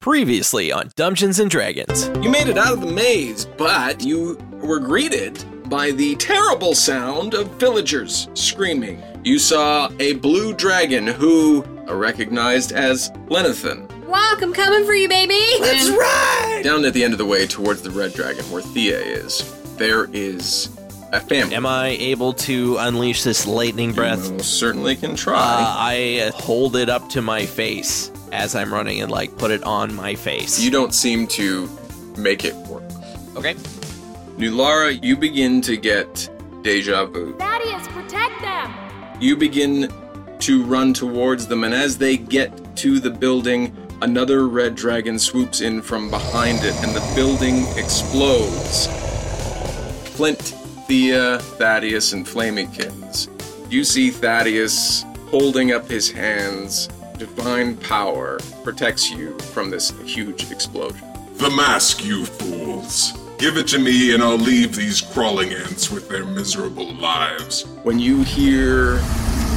Previously on Dungeons and Dragons. You made it out of the maze, but you were greeted by the terrible sound of villagers screaming. You saw a blue dragon who are recognized as Lenathan. Welcome, coming for you, baby. right! Down at the end of the way towards the red dragon where Thea is, there is a family. Am I able to unleash this lightning breath? You most certainly can Uh, try. I hold it up to my face as I'm running and like put it on my face. you don't seem to make it work. okay. Nulara, you begin to get deja vu. Thaddeus, protect them. You begin to run towards them, and as they get to the building, another red dragon swoops in from behind it, and the building explodes. Flint, Thea, Thaddeus, and Flamykins. You see Thaddeus holding up his hands. Divine power protects you from this huge explosion. The mask, you fools. Give it to me, and I'll leave these crawling ants with their miserable lives. When you hear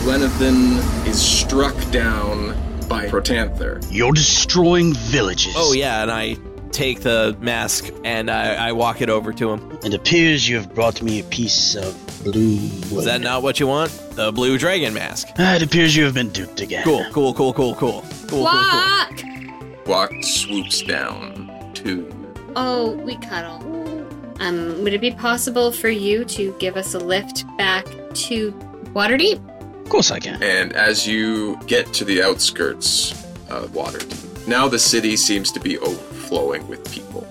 Lenathan is struck down by Protanther, You're destroying villages. Oh yeah, and I take the mask and I, I walk it over to him. It appears you have brought me a piece of blue wood. Is that not what you want? The blue dragon mask. Ah, it appears you have been duped again. Cool, cool, cool, cool, cool. Cool, cool, cool. Walk. Block swoops down to Oh, we cuddle. Um, would it be possible for you to give us a lift back to Waterdeep? Of course I can. And as you get to the outskirts of Waterdeep, now the city seems to be overflowing with people.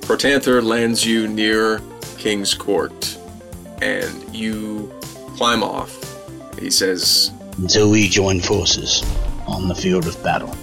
Protanther lands you near King's Court, and you climb off. He says, Until we join forces on the field of battle.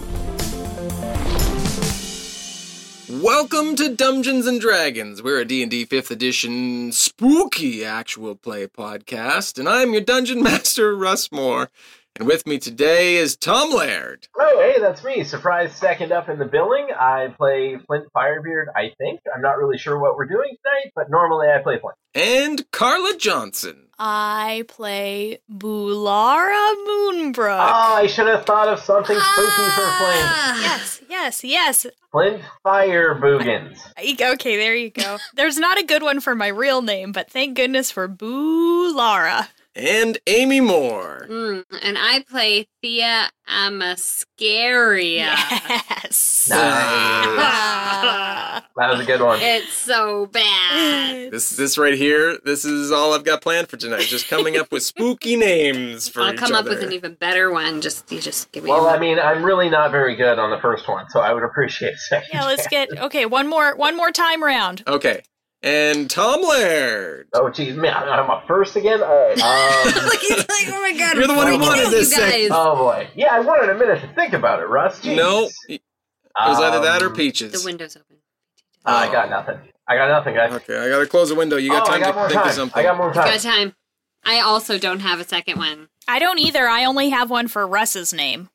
Welcome to Dungeons and Dragons. We're a D&D 5th edition spooky actual play podcast, and I'm your dungeon master, Russ Moore. And with me today is Tom Laird. Hello, Oh, hey, that's me. Surprise second up in the billing. I play Flint Firebeard, I think. I'm not really sure what we're doing tonight, but normally I play Flint. and Carla Johnson. I play Bulara Moonbrook. Ah! Oh, I should have thought of something spooky for Flint. yes, yes, yes. Flint Firebugans. E- Okay, there you go. There's not a good one for my real name, but thank goodness for Bulara. and Amy Moore. Mm, and I play Thea Amascaria. Yes. Uh, Ah. That was a good one. It's so bad. this this right here, this is all I've got planned for tonight. Just coming up with spooky names for I'll each come up other. with an even better one. Just you just give me. Well, a I mean, I'm really not very good on the first one, so I would appreciate a second. yeah, let's get okay, one more one more time round. Okay. And Tom Laird. Oh, geez, man, I'm up first again? All right. Um, He's like, oh my god, You're the one who wanted this You guys. thing. oh, boy. Yeah, I wanted a minute to think about it, Russ. Jeez. No, it was either that or Um, The peaches. window's open. I got nothing. I got nothing, guys. Okay, I gotta close the window. You got oh, I time got to more think time. of something. I got more time. Got time. I also don't have a second one. I don't either. I only have one for Russ's name.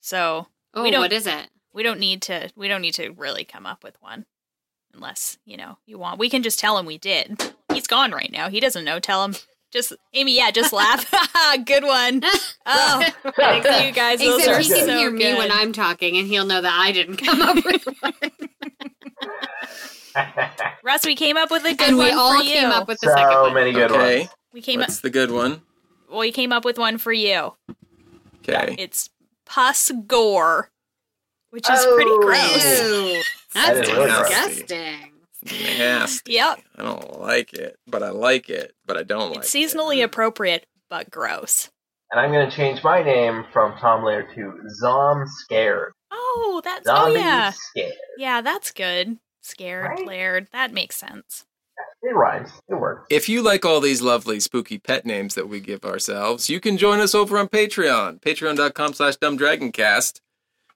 So Oh, We don't- what is it? we don't need to we don't need to really come up with one. Unless, you know, you want. We can just tell him we did. He's gone right now. He doesn't know. Tell him. Just Amy, yeah, just laugh. good one. Oh, you guys, those Except are he can so hear me good. when I'm talking, and he'll know that I didn't come up with one. Russ, we came up with a good and one we all for you. came up with the second so one. many good okay, ones. we came up. that's the good one. Well, we came up with one for you. Okay. It's pus gore, which is pretty gross. Ew. That That's is really gross. disgusting. Nasty. Yep. I don't like it, but I like it, but I don't like It's seasonally appropriate, but gross. And I'm going to change my name from Tom Lair to Zom Scared. Oh, that's Zombie oh yeah, Scared. yeah, that's good. Scared, Right? layered, that makes sense. It rhymes. It works. If you like all these lovely spooky pet names that we give ourselves, you can join us over on Patreon, patreon.com slash dumbdragoncast,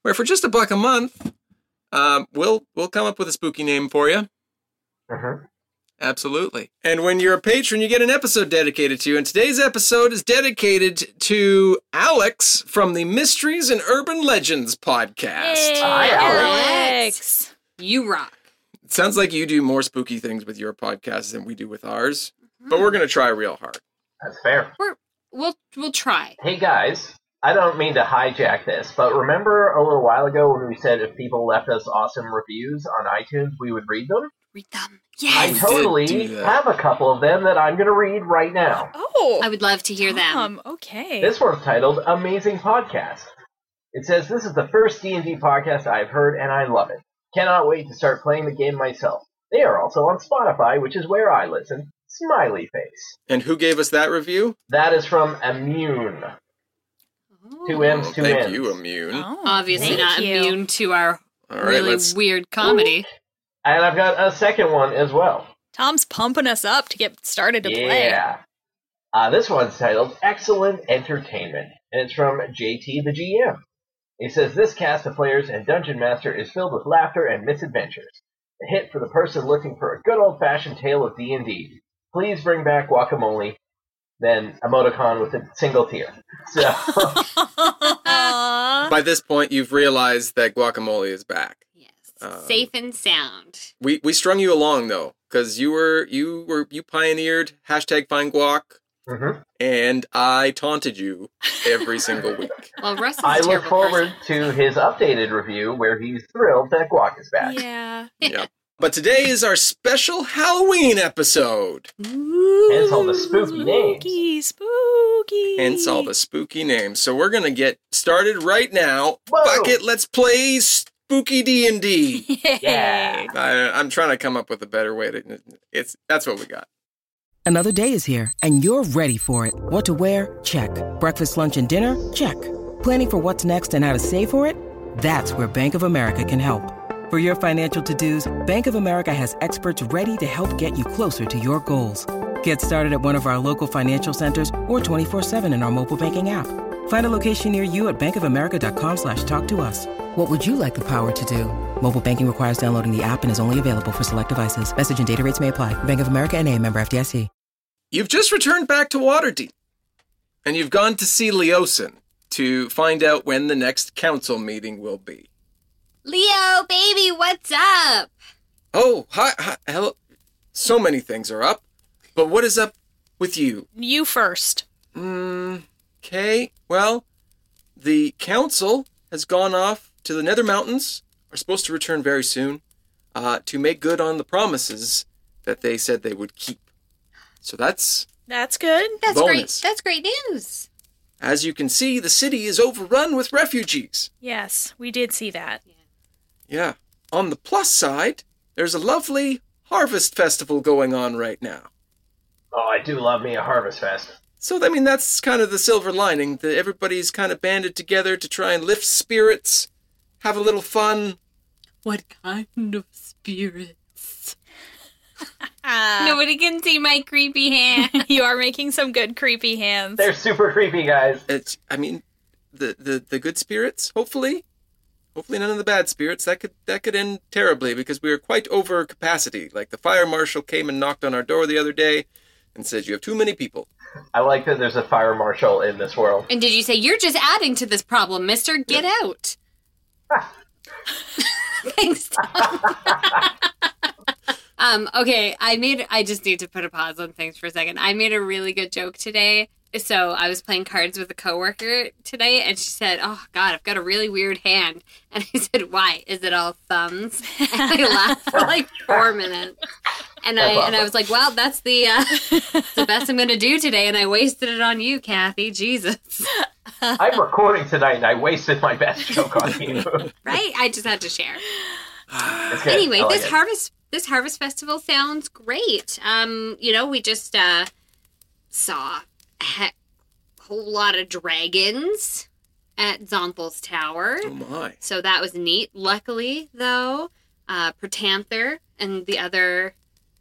where for just a buck a month, um, we'll we'll come up with a spooky name for you. Mhm. Absolutely. And when you're a patron, you get an episode dedicated to you. And today's episode is dedicated to Alex from the Mysteries and Urban Legends podcast. Hey, Hi, Alex. Alex. You rock. It sounds like you do more spooky things with your podcast than we do with ours, but we're going to try real hard. That's fair. We're, we'll we'll try. Hey guys, I don't mean to hijack this, but remember a little while ago when we said if people left us awesome reviews on iTunes, we would read them? Read them. I Yes. did totally do that. have a couple of them that I'm going to read right now. Oh, I would love to hear them. Um, okay. This one's titled "Amazing Podcast." It says this is the first D and D podcast I've heard, and I love it. Cannot wait to start playing the game myself. They are also on Spotify, which is where I listen. Smiley face. And who gave us that review? That is from Immune. Two M's, two Oh, Thank N's. you, Immune. Oh, Obviously thank not you. immune to our All right, really let's. weird comedy. And I've got a second one as well. Tom's pumping us up to get started to play. Yeah. Uh, this one's titled Excellent Entertainment, and it's from JT the GM. He says this cast of players and Dungeon Master is filled with laughter and misadventures. A hit for the person looking for a good old-fashioned tale of D&D. Please bring back guacamole, then emoticon with a single tear. So, mm-hmm. Aw. By this point, you've realized that guacamole is back. Yes. Um, Safe and sound. We we strung you along though, because you were you were you pioneered hashtag find guac, mhm. and I taunted you every single week. Well, Russ is a I look terrible forward person. to his updated review where he's thrilled that guac is back. yeah. Yep. But today is our special Halloween episode. Hence all the spooky names. Spooky, spooky. Hence all the spooky names. So we're gonna get started right now. Whoa. Fuck it, let's play spooky D and D. Yeah. I'm trying to come up with a better way to. It's that's what we got. Another day is here, and you're ready for it. What to wear? Check. Breakfast, lunch, and dinner? Check. Planning for what's next and how to save for it? That's where Bank of America can help. For your financial to dos, Bank of America has experts ready to help get you closer to your goals. Get started at one of our local financial centers or 24-7 in our mobile banking app. Find a location near you at bankofamerica.com slash talk to us. What would you like the power to do? Mobile banking requires downloading the app and is only available for select devices. Message and data rates may apply. Bank of America and a member FDIC. You've just returned back to Waterdeep, and you've gone to see Leosin to find out when the next council meeting will be. Leo, baby, what's up? Oh, hi, hi, hello. So many things are up, but what is up with you? Mm, You first. Okay, well, the council has gone off to the Nether Mountains. Are supposed to return very soon uh, to make good on the promises that they said they would keep. So that's That's good. That's Bonus. great. That's great news. As you can see, the city is overrun with refugees. Yes, we did see that. Yeah. On the plus side, there's a lovely harvest festival going on right now. Oh, I do love me a Harvest Fest. So, I mean, that's kind of the silver lining that everybody's kind of banded together to try and lift spirits, have a little fun. What kind of spirits? Ah, Nobody can see my creepy hand. you are making some good creepy hands. They're super creepy, guys. It's, I mean, the, the, the good spirits, hopefully. Hopefully none of the bad spirits. That could that could end terribly because we are quite over capacity. Like the fire marshal came and knocked on our door the other day and said, You have too many people. I like that there's a fire marshal in this world. and did you say you're just adding to this problem, Mister? Get out. Thanks. Tom. um. Okay. I made. I just need to put a pause on things for a second. I made a really good joke today. So I was playing cards with a coworker today, and she said, "Oh God, I've got a really weird hand." And I said, "Why? Is it all thumbs?" And I laughed for like four minutes. And That's I and I awesome. was like, "Well, that's the uh, it's the best I'm going to do today." And I wasted it on you, Kathy. Jesus, I'm recording tonight, and I wasted my best joke on you. right? I just had to share. It's good. Anyway, I like this it. harvest this harvest festival sounds great. Um, you know, we just uh saw a heck, whole lot of dragons at Zonthal's Tower. Oh my. So that was neat. Luckily, though, uh, Pertanther and the other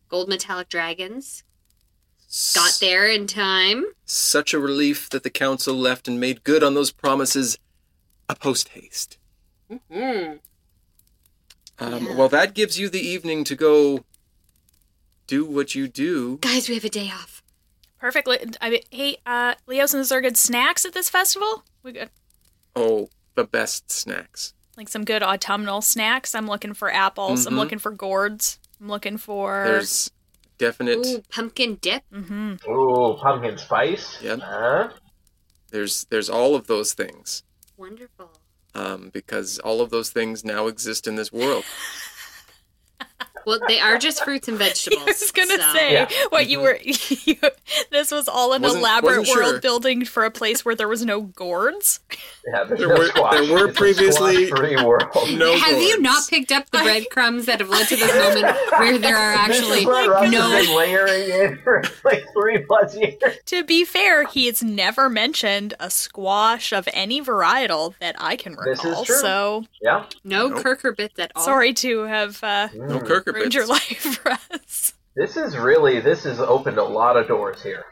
gold metallic dragons got there in time. Such a relief that the council left and made good on those promises a post haste. Hmm. Um, Well, that gives you the evening to go do what you do. Guys, we have a day off. Perfectly. I mean, hey, uh, Leos, and is there good snacks at this festival? We got Oh, the best snacks. like some good autumnal snacks. I'm looking for apples. Mhm. I'm looking for gourds. I'm looking for. There's definite. Ooh, pumpkin dip. hmm Ooh, pumpkin spice. Yep. Huh? There's there's all of those things Wonderful. um, because all of those things now exist in this world. Well, they are just fruits and vegetables. I was gonna so- say Yeah. what you were. You, this was all an Wasn't- elaborate wasn't sure. world building for a place where there was no gourds. Yeah, there's There no were- squash. there were It's a previously- squash-free world. No. Have you gourds. not picked up the breadcrumbs that have led to this moment where there are This actually is what Russ no? has been layering in for like three plus years. To be fair, he has never mentioned a squash of any varietal that I can recall. This is true. So Yeah. No Nope. Kirker bits at all. sorry to have uh, No Mm. Kirker ruined bits. your life, Russ. This is really this has opened a lot of doors here.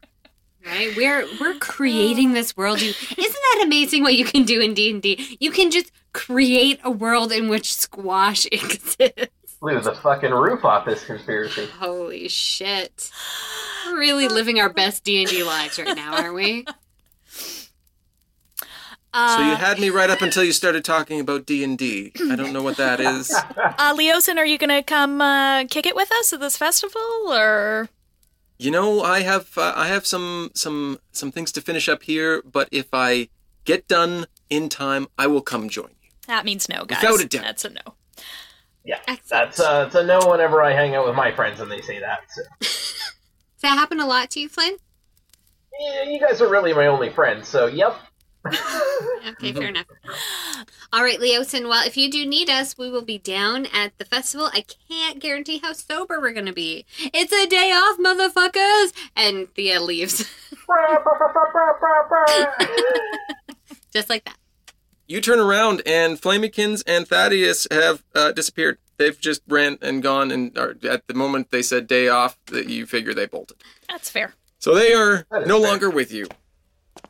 right? We're we're creating this world. You, isn't that amazing what you can do in D and D? You can just create a world in which squash exists. Blew the fucking roof off this conspiracy. Holy shit! We're really living our best D and D lives right now, aren't we? Uh, So you had me right up until you started talking about D and D. I don't know what that is. uh, Leosin, are you going to come uh, kick it with us at this festival, or You know, I have uh, I have some some some things to finish up here, but if I get done in time, I will come join you. that means no, guys? Without a doubt. That's a no. Yeah. Excellent. That's uh, it's a no whenever I hang out with my friends and they say that. So. Does that happen a lot to you, Flynn? Yeah, you guys are really my only friends, so yep. Okay, fair enough. All right, Leosin. Well, if you do need us, we will be down at the festival. I can't guarantee how sober we're going to be. It's a day off, motherfuckers! And Thea leaves just like that. You turn around, and Flamekins and Thaddeus have uh, disappeared. They've just ran and gone, and are, at the moment they said day off, that you figure they bolted. That's fair. So they are That is no fair. longer with you.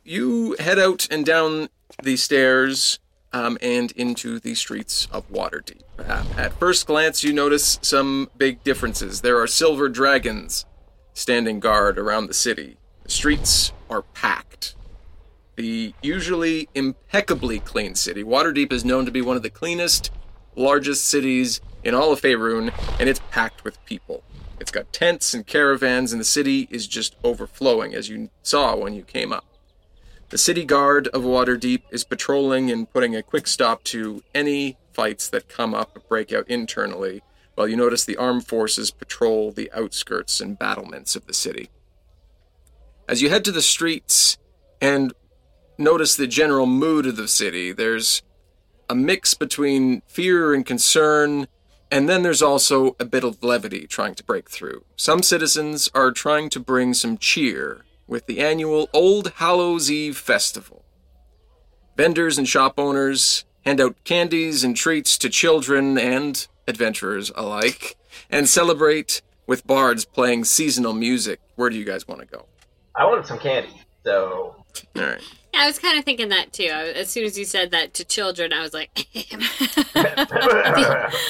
You head out and down the stairs um, and into the streets of Waterdeep. Uh, at first glance, you notice some big differences. There are silver dragons standing guard around the city. The streets are packed. The usually impeccably clean city, Waterdeep is known to be one of the cleanest, largest cities in all of Faerun, and it's packed with people. It's got tents and caravans, and the city is just overflowing, as you saw when you came up. The city guard of Waterdeep is patrolling and putting a quick stop to any fights that come up or break out internally, while you notice the armed forces patrol the outskirts and battlements of the city. As you head to the streets and notice the general mood of the city, there's a mix between fear and concern, and then there's also a bit of levity trying to break through. Some citizens are trying to bring some cheer with the annual Old Hallows Eve Festival. Vendors and shop owners hand out candies and treats to children and adventurers alike and celebrate with bards playing seasonal music. Where do you guys want to go? I wanted some candy, so All right. Yeah, I was kind of thinking that too. I, as soon as you said that to children, I was like,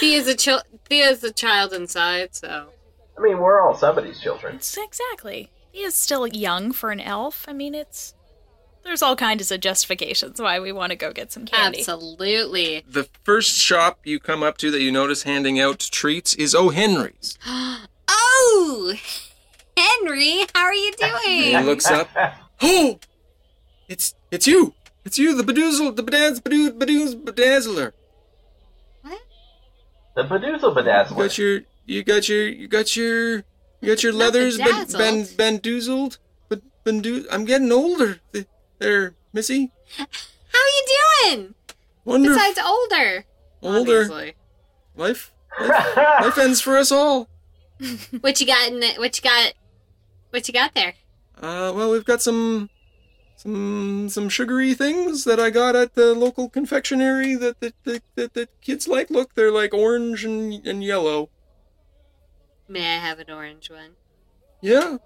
Thea's a child. Thea's a child inside, so I mean we're all somebody's children. It's exactly. He is still young for an elf. I mean, it's there's all kinds of justifications why we want to go get some candy. absolutely. The first shop you come up to that you notice handing out treats is O. Henry's. Oh, Henry, how are you He doing? looks up. Oh, it's it's you. It's you, the bedoozle, the bedaz, bedoo, bedooz, bedazzler. what? The Bedoozle You got Bedazzler. your, you got your, you got your You got your Not leathers ben, bedazzled. ben, bendoozled? But bendu- I'm getting older. Th- There, Missy. How are you doing? Wonder Besides older. older. obviously. Life, life, life ends for us all. What you got in the, what you got what you got there? Uh, well, we've got some, some, some sugary things that I got at the local confectionery that that that, that, that kids like. Look, they're like orange and, and yellow. May I have an orange one? Yeah.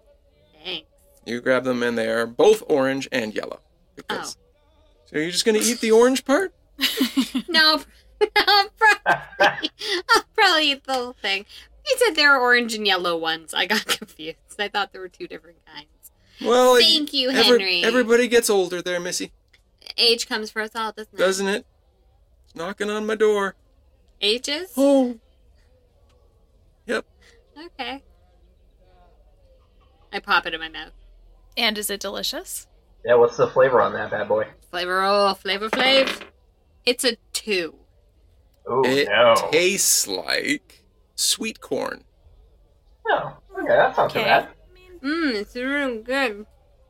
Thanks. You grab them and they are both orange and yellow. Oh. Because. So are you just gonna eat the orange part? Oh, No, no, probably, I'll probably eat the whole thing. You said there were orange and yellow ones. I got confused. I thought there were two different kinds. Well, it- Thank you, every- Henry. Everybody gets older there, Missy. Age comes for us all, doesn't it? Doesn't it? It's knocking on my door. Ages? Oh. Yep. Okay. I pop it in my mouth. And is it delicious? Yeah, what's the flavor on that bad boy? Flavor oh, flavor flav. It's a two. Oh it no. tastes like sweet corn. No. Okay, that's not too Okay. bad. Mmm, it's real good.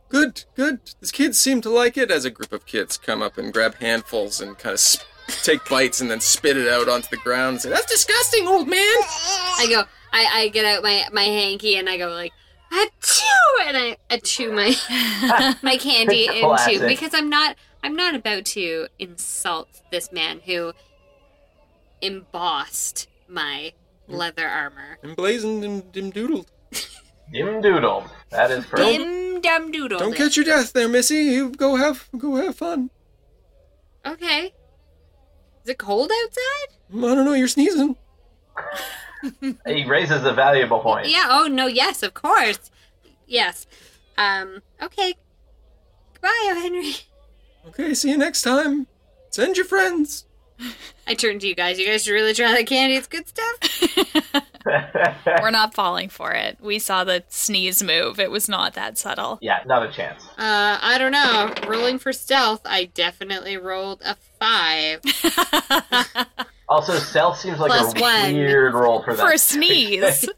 Good, good. These kids seem to like it as a group of kids come up and grab handfuls and kind of sp- take bites and then spit it out onto the ground and say, That's disgusting, old man! I go, I, I get out my, my hanky and I go like, achoo! And I, I chew my my candy Classic. into because I'm not I'm not about to insult this man who embossed my Mm. leather armor. Emblazoned and dim doodled. Dim doodle. That is perfect. Dim dum doodle. Don't catch your death there, Missy. You go have go have fun. Okay. Is it cold outside? I don't know, you're sneezing. He raises a valuable point. Yeah. Oh no. Yes. Of course. Yes. Um. Okay. Goodbye, O. Henry. Okay, see you next time. Send your friends. I turn to you guys. You guys should really try that candy. It's good stuff. We're not falling for it. We saw the sneeze move. It was not that subtle. Yeah, not a chance. Uh, I don't know. Rolling for stealth, I definitely rolled a five. Also, stealth seems like Plus a one. weird roll for that. For a sneeze.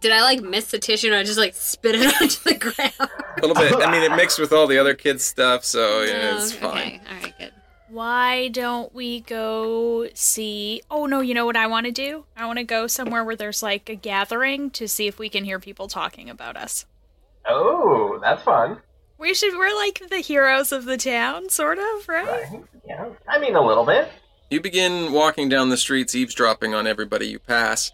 Did I like miss the tissue and I just like spit it onto the ground? A little bit. I mean, it mixed with all the other kids' stuff, so yeah, it's Oh, fine. Okay. All right. Good. Why don't we go see? Oh no, you know what I want to do? I want to go somewhere where there's like a gathering to see if we can hear people talking about us. oh, that's fun. We should we're like the heroes of the town sort of, right? Yeah, I mean a little bit. You begin walking down the streets, eavesdropping on everybody you pass,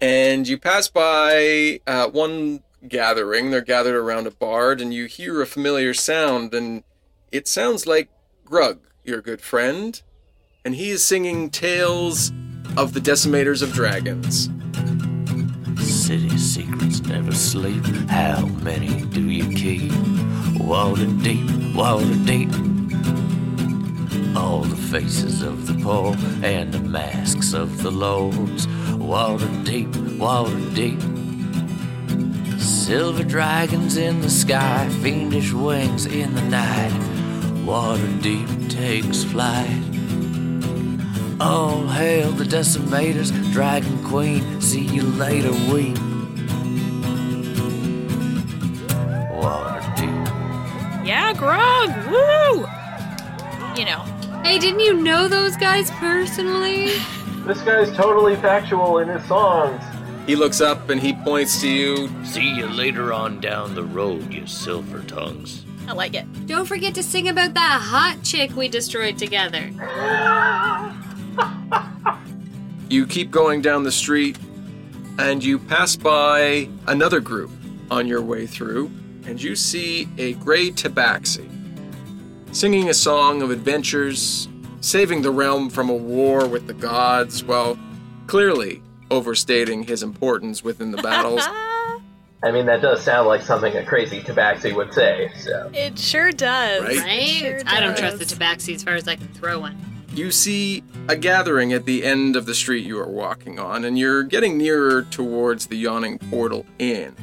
and you pass by uh, one gathering. They're gathered around a bard, and you hear a familiar sound, and it sounds like Grug, your good friend, and he is singing tales of the decimators of dragons. City secrets never sleep. How many do you keep? Water deep, water deep. All the faces of the poor and the masks of the lords. Water deep, water deep. Silver dragons in the sky, fiendish wings in the night. Water deep takes flight. All hail the decimators, Dragon Queen, see you later, weep. Water deep. Yeah, Grog. Woo! You know, Hey, didn't you know those guys personally? This guy's totally factual in his songs. He looks up and he points to you. See you later on down the road, you silver tongues. I like it. Don't forget to sing about that hot chick we destroyed together. You keep going down the street, and you pass by another group on your way through, and you see a gray tabaxi singing a song of adventures, saving the realm from a war with the gods, while clearly overstating his importance within the battles. Uh, I mean, that does sound like something a crazy tabaxi would say. So It sure does. Right? Right? Sure I don't does. trust the tabaxi as far as I can throw one. you see a gathering at the end of the street you are walking on, and you're getting nearer towards the yawning portal inn.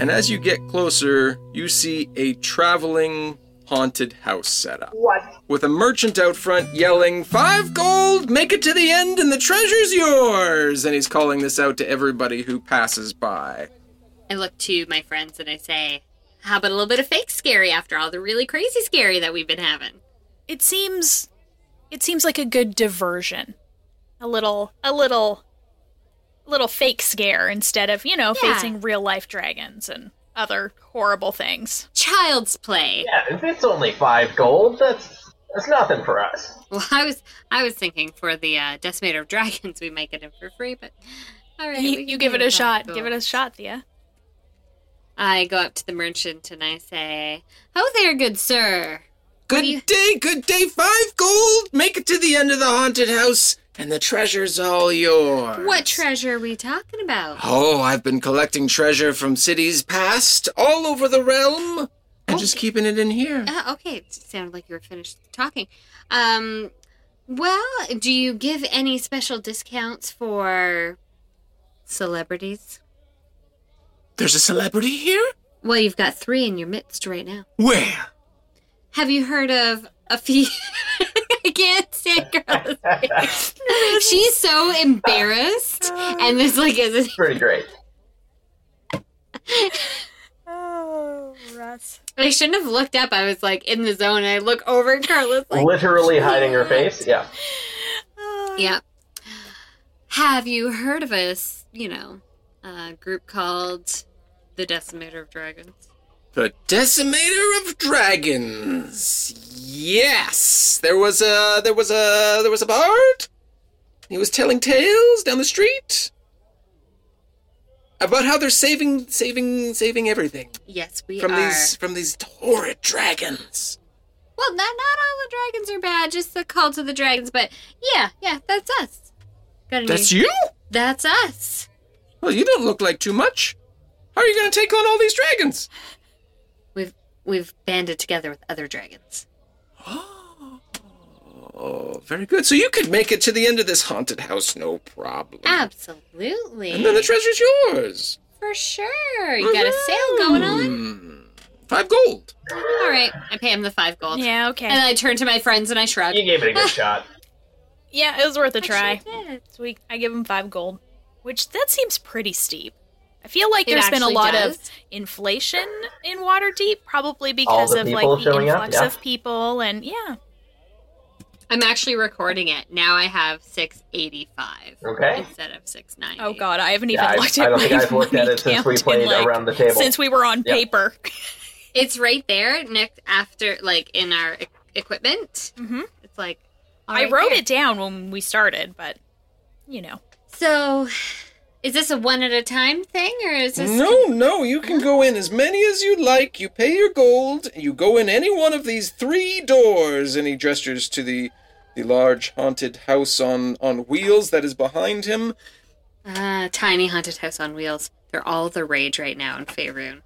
And as you get closer, you see a traveling haunted house setup. What? With a merchant out front yelling, Five gold, make it to the end, and the treasure's yours! And he's calling this out to everybody who passes by. I look to my friends and I say, How about a little bit of fake scary after all the really crazy scary that we've been having? It seems it seems like a good diversion. A little a little little fake scare instead of, you know, Yeah. facing real life dragons and other horrible things. Child's play. Yeah, if it's only five gold, that's that's nothing for us. Well, I was I was thinking for the uh, Decimator of Dragons, we might get him for free, but all right. You- we can you give it a five shot. Give gold. it a shot, Thea. I go up to the merchant and I say, "Oh there, good sir. Good day, good day, five gold, make it to the end of the haunted house, and the treasure's all yours. What treasure are we talking about?" Oh, I've been collecting treasure from cities past all over the realm and just keeping it in here. Uh, okay, it sounded like you were finished talking. Um, well, do you give any special discounts for celebrities? There's a celebrity here? Well, you've got three in your midst right now. Where? Have you heard of a few? I can't say girls. She's so embarrassed, and this like is pretty great. Oh, Russ. I shouldn't have looked up. I was like in the zone. And I look over at Carlos. Like, Literally hiding her face. Yeah. yeah. Have you heard of a s- you know a group called the Decimator of Dragons? The Decimator of Dragons. Yes, there was a there was a there was a bard. He was telling tales down the street about how they're saving saving saving everything Yes, we from are. these from these horrid dragons. Well, not not all the dragons are bad. Just the call to the dragons. But yeah, yeah, that's us. Got a That's new- you. That's us. Well, you don't look like too much. How are you going to take on all these dragons? We've we've banded together with other dragons. Oh, very good. So you could make it to the end of this haunted house, no problem. Ah. Absolutely. And then the treasure's yours. For sure. You got a sale going on. Five gold. All right. I pay him the five gold. Yeah, okay. And I turn to my friends and I shrug. You gave it a good shot. Yeah, it was worth a try. Actually, it So we, I give him five gold, which that seems pretty steep. I feel like It there's been a actually lot does. of inflation in Waterdeep, probably because the of like people the showing up, influx yeah. of people, and yeah, I'm actually recording it. Now I have 685 Okay. instead of 690. Oh god, I haven't even Yeah, I've- looked I at don't think my I've looked at money it since we count in, played like, around the table. Since we were on Yeah. paper. It's right there next after like in our e- equipment. Mhm. It's like I wrote it down when we started, but you know. So is this a one at a time thing or is this No, no, you can go in as many as you like. You pay your gold, and you go in any one of these three doors. And he gestures to the the large haunted house on on wheels that is behind him. Ah, tiny haunted house on wheels. They're all the rage right now in Faerun.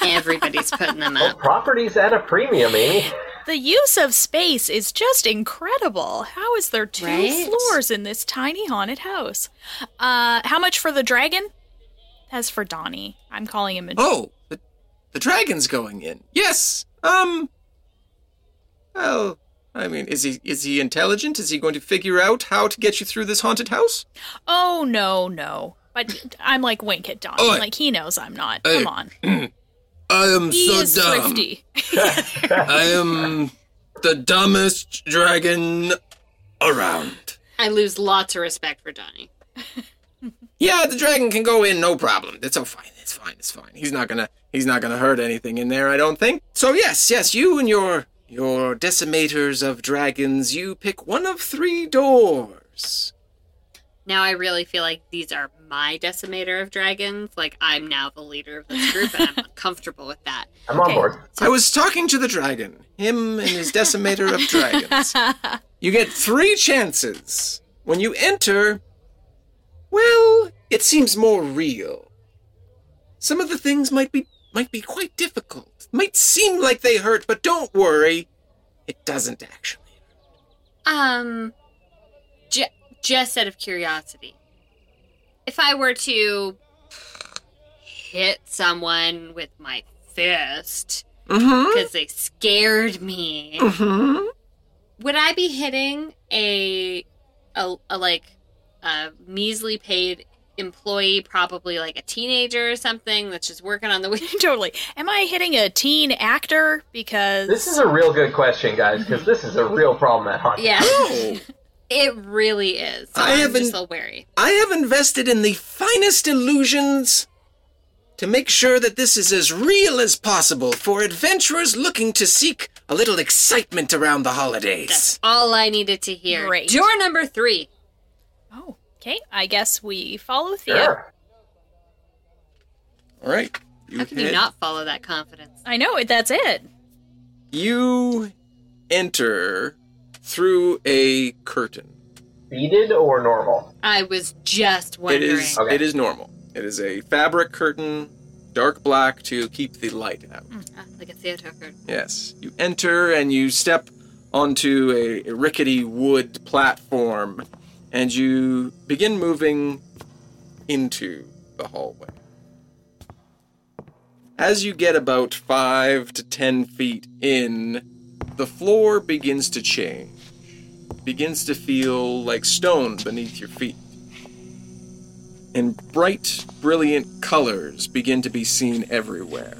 Everybody's putting them Well, up. property's Oh, at a premium, Amy. The use of space is just incredible. How is there two Right? floors in this tiny haunted house? Uh how much for the dragon? As for Donnie. I'm calling him a Oh, the, the dragon's going in. Yes. Um. Well, I mean, is he is he intelligent? Is he going to figure out how to get you through this haunted house? Oh no, no. But I'm like wink at Donnie. Oi. Like he knows I'm not. Hey. Come on. I am He is thrifty. I am the dumbest dragon around. I lose lots of respect for Donnie. Yeah, the dragon can go in, no problem. It's all fine. It's fine. It's fine. He's not gonna. He's not gonna hurt anything in there. I don't think. So yes, yes, you and your your decimators of dragons. You pick one of three doors. Now I really feel like these are my decimator of dragons. Like I'm now the leader of this group and I'm uncomfortable with that. I'm on board. I was talking to the dragon, him and his decimator of dragons. You get three chances. When you enter, well, it seems more real. Some of the things might be might be quite difficult. Might seem like they hurt, but don't worry, it doesn't actually. Um ju- just out of curiosity. If I were to hit someone with my fist, because they scared me. Mhm. Would I be hitting a, a, a like a measly paid employee, probably like a teenager or something that's just working on the weekend? totally. Am I hitting a teen actor? Because This is a real good question, guys, because this is a real problem at Haunted. Yeah. it really is. So I I am haven't- just a little wary. I have invested in the finest illusions to make sure that this is as real as possible for adventurers looking to seek a little excitement around the holidays. All I needed to hear. Great. Door number three. Oh, okay. I guess we follow Thea. All right. You How can you hit. not follow that confidence? I know it. That's it. You enter through a curtain. Beaded or normal? I was just It wondering. is. It is normal. It is a fabric curtain, dark black to keep the light out. Ah, like a theater curtain. Yes. You enter and you step onto a, a rickety wood platform and you begin moving into the hallway. As you get about five to ten feet in, the floor begins to change, begins to feel like stone beneath your feet. And bright, brilliant colors begin to be seen everywhere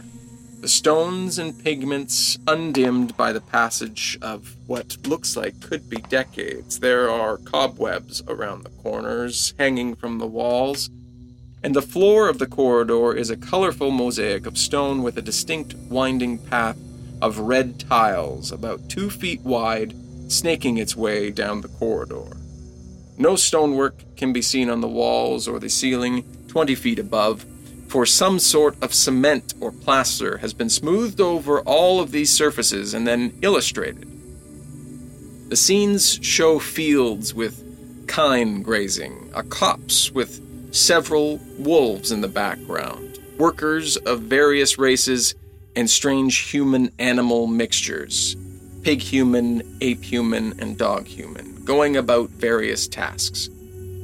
the stones and pigments undimmed by the passage of what looks like could be decades. There are cobwebs around the corners, hanging from the walls, and the floor of the corridor is a colorful mosaic of stone with a distinct winding path of red tiles about two feet wide snaking its way down the corridor. No stonework can be seen on the walls or the ceiling 20 feet above, for some sort of cement or plaster has been smoothed over all of these surfaces and then illustrated. The scenes show fields with kine grazing, a copse with several wolves in the background, workers of various races, and strange human animal mixtures pig human, ape human, and dog human, going about various tasks.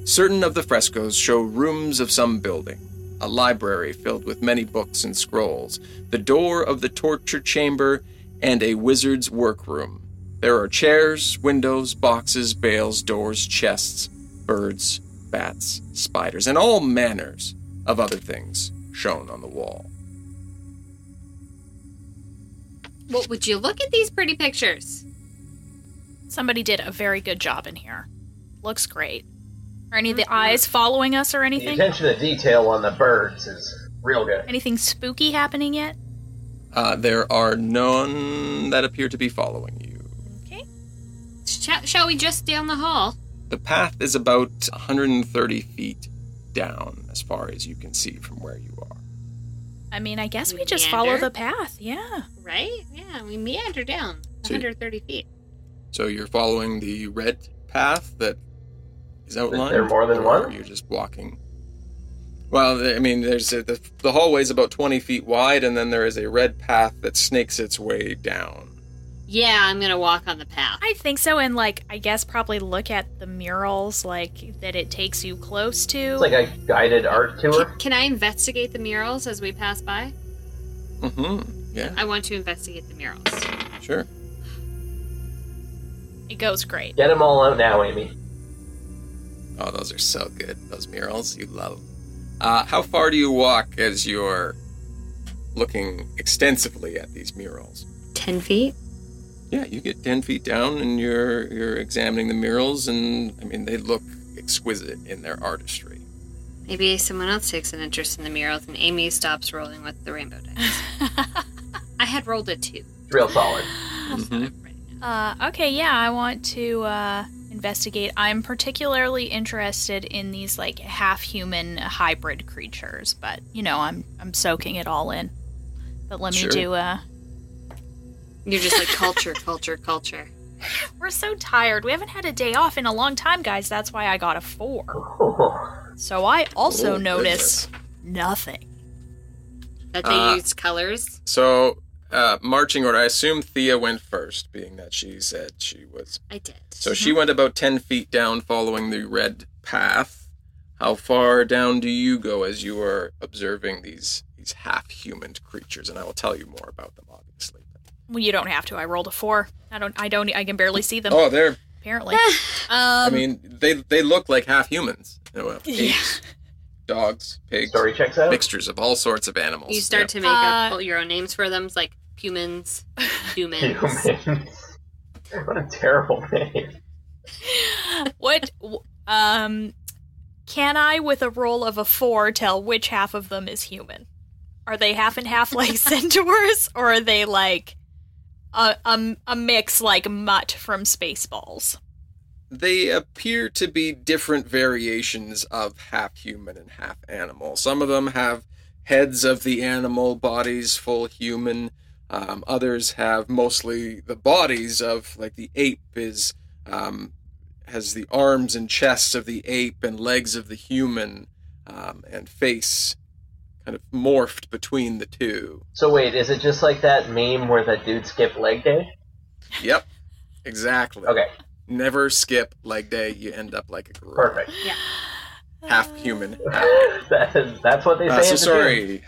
Certain of the frescoes show rooms of some building, a library filled with many books and scrolls, the door of the torture chamber, and a wizard's workroom. There are chairs, windows, boxes, bales, doors, chests, birds, bats, spiders, and all manners of other things shown on the wall. What would you look at these pretty pictures? Somebody did a very good job in here. Looks great. Are any of Mm-hmm. the eyes following us or The anything? attention to detail on the birds is real good. Anything spooky happening yet? Uh, there are none that appear to be following you. Shall, shall we just down the hall? The path is about 130 feet down, as far as you can see from where you are. I mean, I guess we We just meander. follow the path. Yeah. Right? Yeah, we meander down So- 130 feet. So you're following the red path that is outlined. there more than or one? You're just walking. Well, th- I mean, there's a, the the hallway is about 20 feet wide, and then there is a red path that snakes its way down. Yeah, I'm gonna walk on the path. I think so, and like I guess probably look at the murals like that it takes you close to. It's like a guided art tour. Can I investigate the murals as we pass by? Mm-hmm. Yeah, I want to investigate the murals. sure. it goes great. Get them all out now, Amy. Oh, those are so good. Those murals, you love. 'em. Uh, how far do you walk as you're looking extensively at these murals? 10 feet? Yeah, you get ten feet down and you're you're examining the murals, and I mean they look exquisite in their artistry. Maybe someone else takes an interest in the murals and Amy stops rolling with the rainbow dice. I had rolled a two. It's real solid. Mm-hmm. Uh, okay, yeah, I want to uh, investigate. I'm particularly interested in these like half-human hybrid creatures, but you know, I'm I'm soaking it all in. But let me Sure. do. Uh, You're just like culture, culture, culture. we're so tired. We haven't had a day off in a long time, guys. That's why I got a four. So I also Oh, notice nothing. That they Uh, used colors. So, uh, marching order. I assume Thea went first, being that she said she was. I did. Mm-hmm. So she went about ten feet down, following the red path. How far down do you go as you are observing these these half-human creatures? And I will tell you more about them, obviously. Well, you don't have to. I rolled a four. I don't. I don't. I can barely see them. Oh, they're. apparently. um, I I mean, they they look like half humans. You know, Yeah. apes, dogs, pigs. Story checks out. Mixtures of all sorts of animals. You start to make up Uh, all your own names for them, like humans, humans. what a terrible name. what? w- Um, can I, with a roll of a four, tell which half of them is human? Are they half and half like centaurs, or are they like a a, a mix like mutt from Spaceballs? they appear to be different variations of half human and half animal. Some of them have heads of the animal, bodies full human. Um, others have mostly the bodies of, like the ape is um, has the arms and chests of the ape and legs of the human, um, and face kind of morphed between the two. So wait, is it just like that meme where that dude skipped leg day? Yep, exactly. Okay, Never skip leg day. You end up like a gorilla. perfect. half human, half that is, that's what they say. Uh, at so the sorry. gym.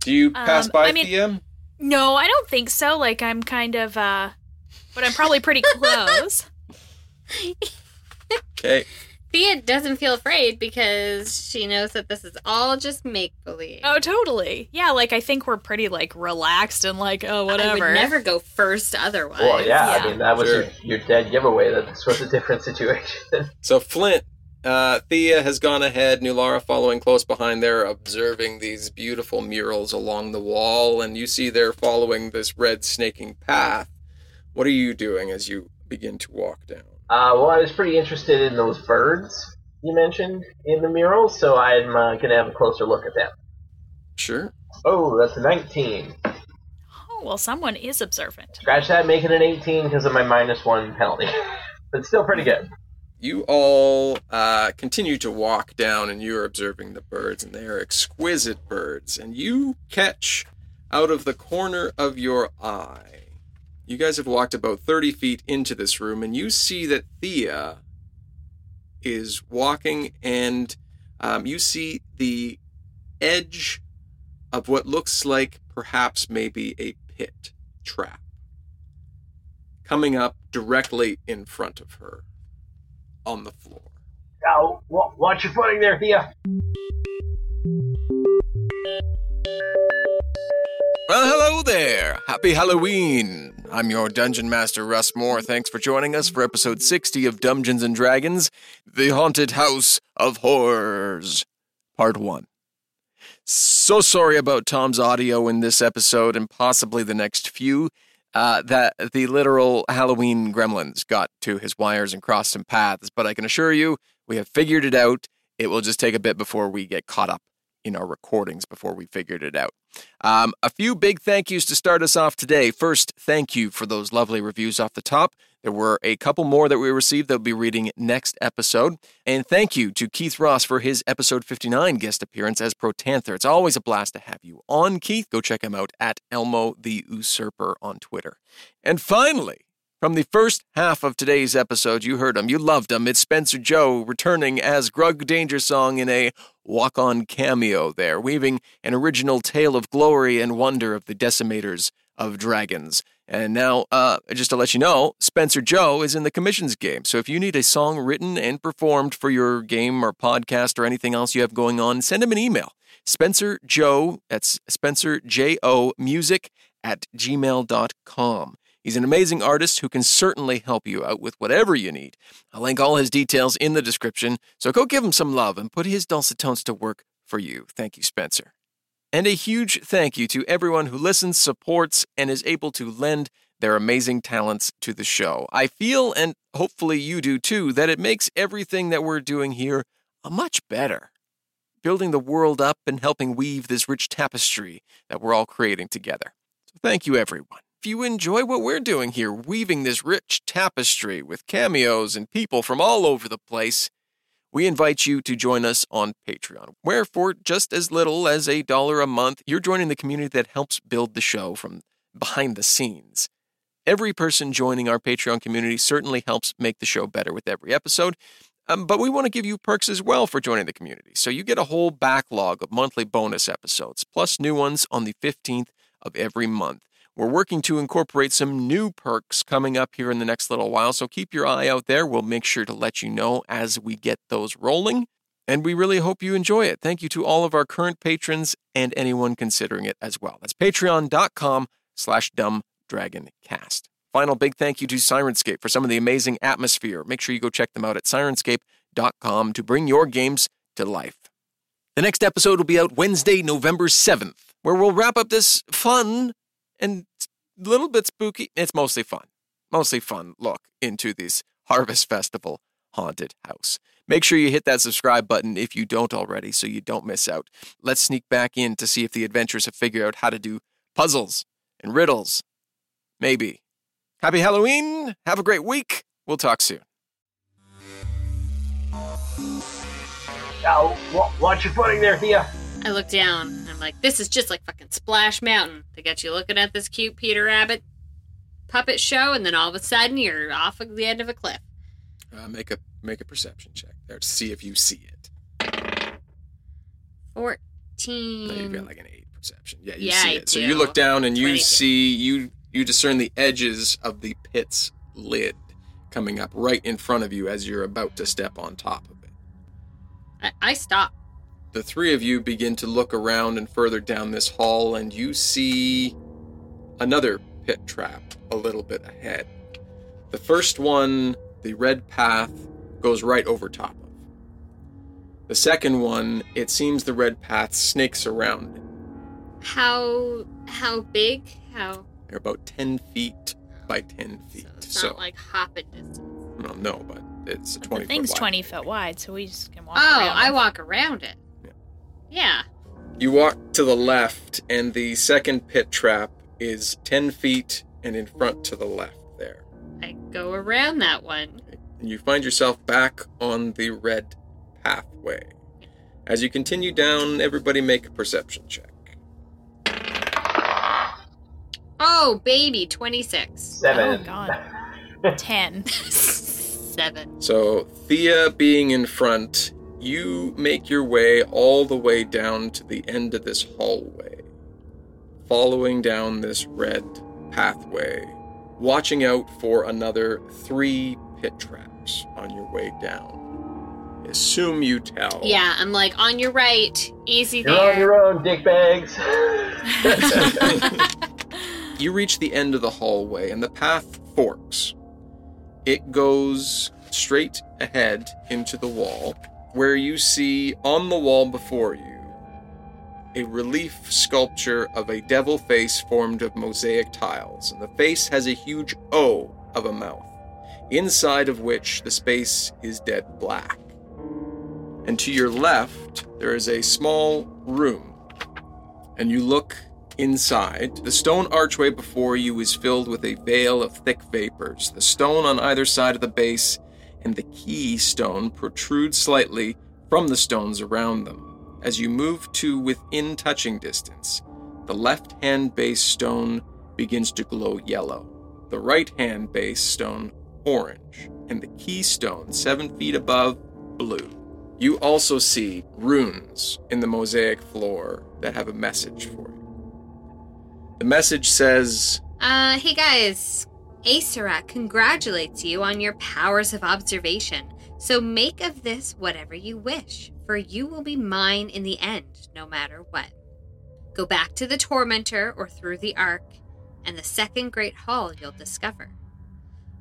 Do you pass Um, by I mean- DM? No, I don't think so. Like I'm kind of uh, but I'm probably pretty close. Okay. Thea doesn't feel afraid because she knows that this is all just make believe. oh, totally. Yeah, like I think we're pretty like relaxed and like oh whatever. I would never go first otherwise. Well, yeah, Yeah. I mean that was Sure. your, your dead giveaway that this was a different situation. So Flint, uh, Thea has gone ahead. Nulara following close behind. They're observing these beautiful murals along the wall, and you see they're following this red snaking path. What are you doing as you begin to walk down? Uh, well, I was pretty interested in those birds you mentioned in the mural, so I'm uh, gonna have a closer look at them. Sure. Oh, that's a 19. Oh well, someone is observant. Scratch that, make it an 18 because of my minus one penalty. but still pretty good. You all uh, continue to walk down, and you're observing the birds, and they are exquisite birds. And you catch out of the corner of your eye. You guys have walked about 30 feet into this room, and you see that Thea is walking, and um, you see the edge of what looks like perhaps maybe a pit trap coming up directly in front of her on the floor. Oh, wa- watch your footing there, Thea. Well, hello there. Happy Halloween. I'm your dungeon master Russ Moore. Thanks for joining us for episode 60 of Dungeons and Dragons: The Haunted House of Horrors, part 1. So sorry about Tom's audio in this episode and possibly the next few. Uh, that the literal Halloween gremlins got to his wires and crossed some paths, but I can assure you we have figured it out. It will just take a bit before we get caught up in our recordings before we figured it out. Um, a few big thank yous to start us off today. First, thank you for those lovely reviews off the top. There were a couple more that we received that we'll be reading next episode. And thank you to Keith Ross for his episode 59 guest appearance as Protanther. It's always a blast to have you on, Keith. Go check him out at Elmo the Usurper on Twitter. And finally, from the first half of today's episode, you heard him, you loved him. It's Spencer Joe returning as Grug Danger Song in a walk on cameo there, weaving an original tale of glory and wonder of the decimators of dragons. And now, uh, just to let you know, Spencer Joe is in the commissions game. So if you need a song written and performed for your game or podcast or anything else you have going on, send him an email. Spencer Joe, that's Spencer J O Music at gmail.com. He's an amazing artist who can certainly help you out with whatever you need. I'll link all his details in the description, so go give him some love and put his dulcet tones to work for you. Thank you, Spencer. And a huge thank you to everyone who listens, supports, and is able to lend their amazing talents to the show. I feel, and hopefully you do too, that it makes everything that we're doing here a much better building the world up and helping weave this rich tapestry that we're all creating together. So thank you, everyone. If you enjoy what we're doing here, weaving this rich tapestry with cameos and people from all over the place, we invite you to join us on Patreon, where for just as little as a dollar a month, you're joining the community that helps build the show from behind the scenes. Every person joining our Patreon community certainly helps make the show better with every episode. Um, but we want to give you perks as well for joining the community. So you get a whole backlog of monthly bonus episodes, plus new ones on the 15th of every month. We're working to incorporate some new perks coming up here in the next little while. So keep your eye out there. We'll make sure to let you know as we get those rolling. And we really hope you enjoy it. Thank you to all of our current patrons and anyone considering it as well. That's patreon.com slash dumbdragoncast. Final big thank you to Sirenscape for some of the amazing atmosphere. Make sure you go check them out at sirenscape.com to bring your games to life. The next episode will be out Wednesday, November 7th, where we'll wrap up this fun and a little bit spooky. It's mostly fun. Mostly fun look into this Harvest Festival haunted house. Make sure you hit that subscribe button if you don't already so you don't miss out. Let's sneak back in to see if the adventurers have figured out how to do puzzles and riddles. Maybe. Happy Halloween. Have a great week. We'll talk soon. Oh, wa- watch your footing there, Thea. I look down. and I'm like, this is just like fucking Splash Mountain. They got you looking at this cute Peter Rabbit puppet show, and then all of a sudden you're off at the end of a cliff. Uh, make a make a perception check there to see if you see it. 14. You've got like an eight perception. Yeah, you Mm. Yeah, see I it. So do. you look down and you Twenty. see you you discern the edges of the pit's lid coming up right in front of you as you're about to step on top of it. I, I stop. The three of you begin to look around and further down this hall, and you see another pit trap a little bit ahead. The first one, the red path, goes right over top of. The second one, it seems the red path snakes around. it. How how big? How They're about 10 feet by 10 feet. it's So, not like hopping distance. well, no, but it's a 20 The thing's foot wide. twenty foot wide, so we just can walk. oh, around. I walk around it. Yeah. You walk to the left, and the second pit trap is 10 feet and in front to the left there. I go around that one. and you find yourself back on the red pathway. As you continue down, everybody make a perception check. Oh, baby, 26. Seven. Oh, God. 10. 7. So, Thea being in front, you make your way all the way down to the end of this hallway, following down this red pathway, watching out for another three pit traps on your way down. Assume you tell. Yeah, I'm like, on your right, easy You're there. on your Your own dick bags. You reach the end of the hallway and the path forks. It goes straight ahead into the wall, where you see on the wall before you a relief sculpture of a devil face formed of mosaic tiles, and the face has a huge O of a mouth, inside of which the space is dead black. And to your left, there is a small room and you look inside. The stone archway before you is filled with a veil of thick vapors. The stone on either side of the base and the keystone protrude slightly from the stones around them. As you move to within touching distance, the left hand base stone begins to glow yellow, the right hand base stone orange, and the keystone seven feet above blue. You also see runes in the mosaic floor that have a message for you. The message says, Uh, hey guys, Acerot congratulates you on your powers of observation. So make of this whatever you wish, for you will be mine in the end, no matter what. Go back to the Tormentor or through the Ark, and the second great hall you'll discover.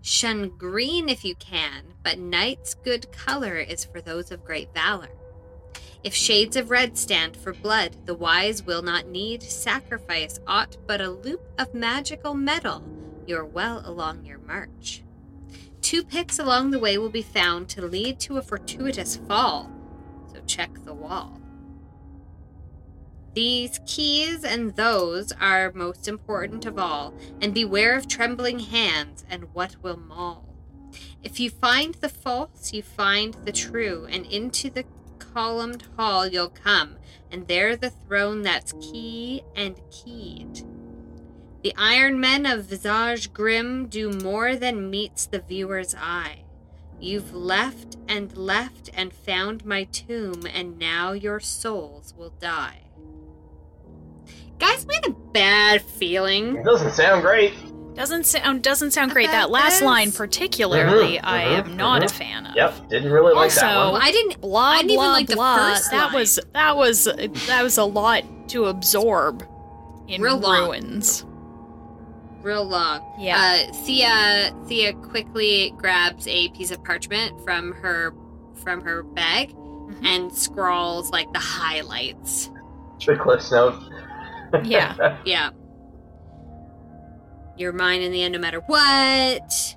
Shun green if you can, but night's good color is for those of great valor. If shades of red stand for blood, the wise will not need sacrifice aught but a loop of magical metal. You're well along your march. Two picks along the way will be found to lead to a fortuitous fall, so check the wall. These keys and those are most important of all, and beware of trembling hands and what will maul. If you find the false, you find the true, and into the columned hall you'll come, and there the throne that's key and keyed. The iron men of visage grim do more than meets the viewer's eye. You've left and left and found my tomb, and now your souls will die. Guys, we had a bad feeling. It doesn't sound great. Doesn't sound doesn't sound great. That last line particularly, Mhm, I mhm, am not a mhm. fan of. Yep, didn't really like also, that one. I didn't. Blah I didn't even blah like the blah. first that line. was that was that was a lot to absorb in Real long. ruins. real long. Yeah. Uh, Thea Thea quickly grabs a piece of parchment from her from her bag and scrawls like the highlights. The Cliff's note. Yeah. Yeah. You're mine in the end, no matter what.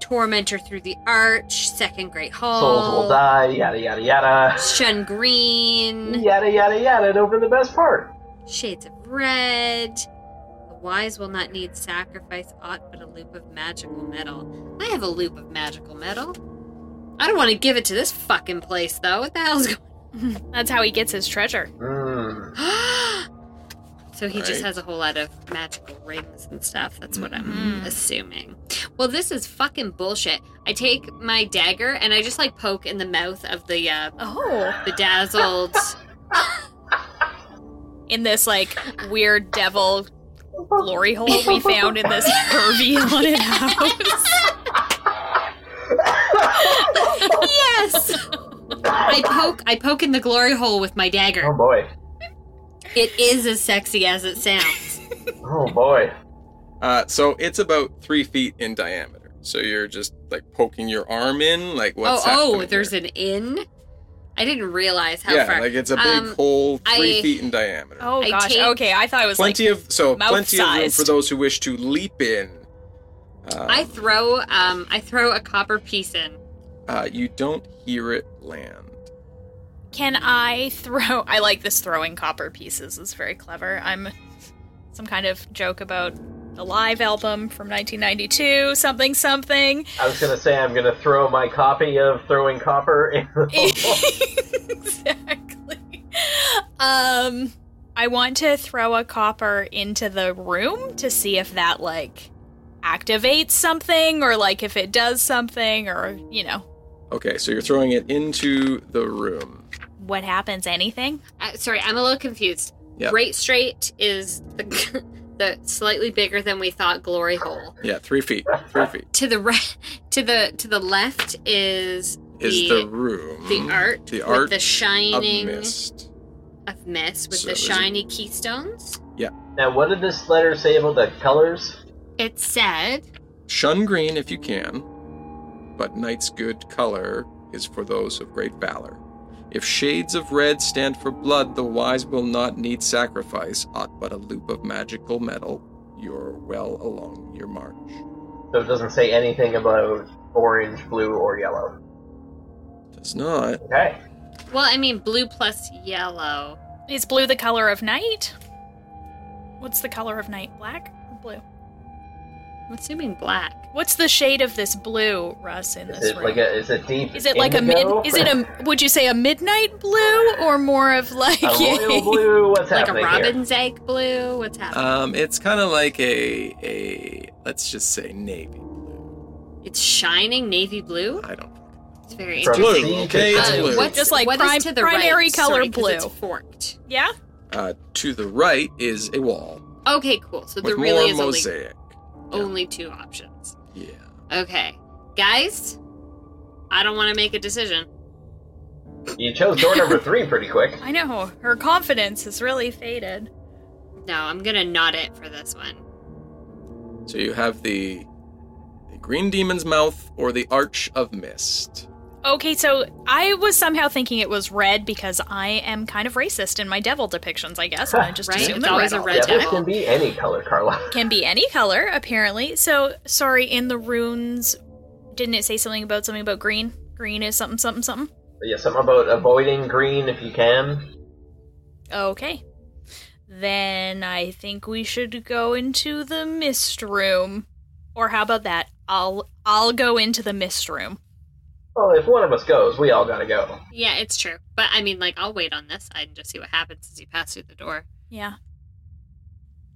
Tormentor through the arch, second great hall. Souls Oh. will die, yada yada yada. Shun Mm. green. Yada yada yada over the best part. Shades of red. The wise will not need sacrifice aught but a loop of magical metal. I have a loop of magical metal. I don't want to give it to this fucking place though. What the hell's going That's how he gets his treasure. Mm. So he Right. just has a whole lot of magical rings and stuff. That's what I'm assuming. Well, this is fucking bullshit. I take my dagger and I just like poke in the mouth of the uh Oh, bedazzled in this like weird devil glory hole we found in this curvy haunted house. Yes. I poke I poke in the glory hole with my Oh dagger. boy. It is as sexy as it sounds. Oh boy. Uh, so it's about three feet in diameter. So you're just like poking your arm in, like what's oh, oh, happening there's here? an inn. I didn't realize how yeah, far. like it's a big Um, hole, three I- feet in diameter. Oh I gosh. take- okay, I thought it was plenty like of so plenty of room mouth-sized. for those who wish to leap in. Uh, I throw um I throw a copper piece in. uh, you don't hear it land. Can I throw? I like this throwing copper pieces. It's very clever. I'm some kind of joke about the live album from 1992, something, something. I was gonna say I'm gonna throw my copy of Throwing Copper in exactly. Um, I want to throw a copper into the room to see if that like activates something or like if it does something or you know Okay, so you're throwing it into the room. what happens. Anything? Uh, sorry, I'm a little confused. Yeah. Great Straight is the the slightly bigger than we thought glory hole. Yeah, three feet. Three feet To the right, to the to the left is the is the room. the art The with art the shining of mist. of mist with So the is it- shiny keystones. Now what did this letter say about the colors? It said Shun green if you can, but knight's good color is for those of great valor. If shades of red stand for blood, the wise will not need sacrifice, aught but a loop of magical metal. You're well along your march. So it doesn't say anything about orange, blue, or yellow. Does not. Okay. Well, I mean, blue plus yellow. Is blue the color of night? What's the color of night? Black or blue? I'm assuming black. What's the shade of this blue, Russ, in Is this it room? like a is it deep? is it like indigo? a mid? Is it a? Would you say a midnight blue or more of like A royal blue? What's Like a happening here? robin's egg blue. What's happening? Um, it's kind of like a a let's just say navy blue. Uh, it's shining navy blue. I don't. It's very It's interesting. Uh, From blue. sea Okay, to it's sea. blue. what's, Just like what is prim- to the primary right? color Sorry, 'cause It's blue. forked. yeah? Uh, to the right is a wall Okay, cool. So there with really is more only, mosaic. only two options. Yeah. Okay, guys, I don't want to make a decision. You chose door number three pretty quick. I know her confidence has really faded. No, I'm gonna nod it for this one. So you have the, the green demon's mouth or the arch of mist. Okay, so I was somehow thinking it was red because I am kind of racist in my devil depictions, I guess, and I just Right? assume It's that always a red all red the Yeah, time. this can be any color, Carla. can be any color apparently. So sorry, in the runes, didn't it say something about something about green? Green is something something something. Yeah, something about avoiding green if you can. Okay. Then I think we should go into the mist room. Or how about that? I'll I'll go into the mist room. Well, if one of us goes, we all gotta go. Yeah, it's true. But I mean, like, I'll wait on this side and just see what happens as you pass through the door. Yeah.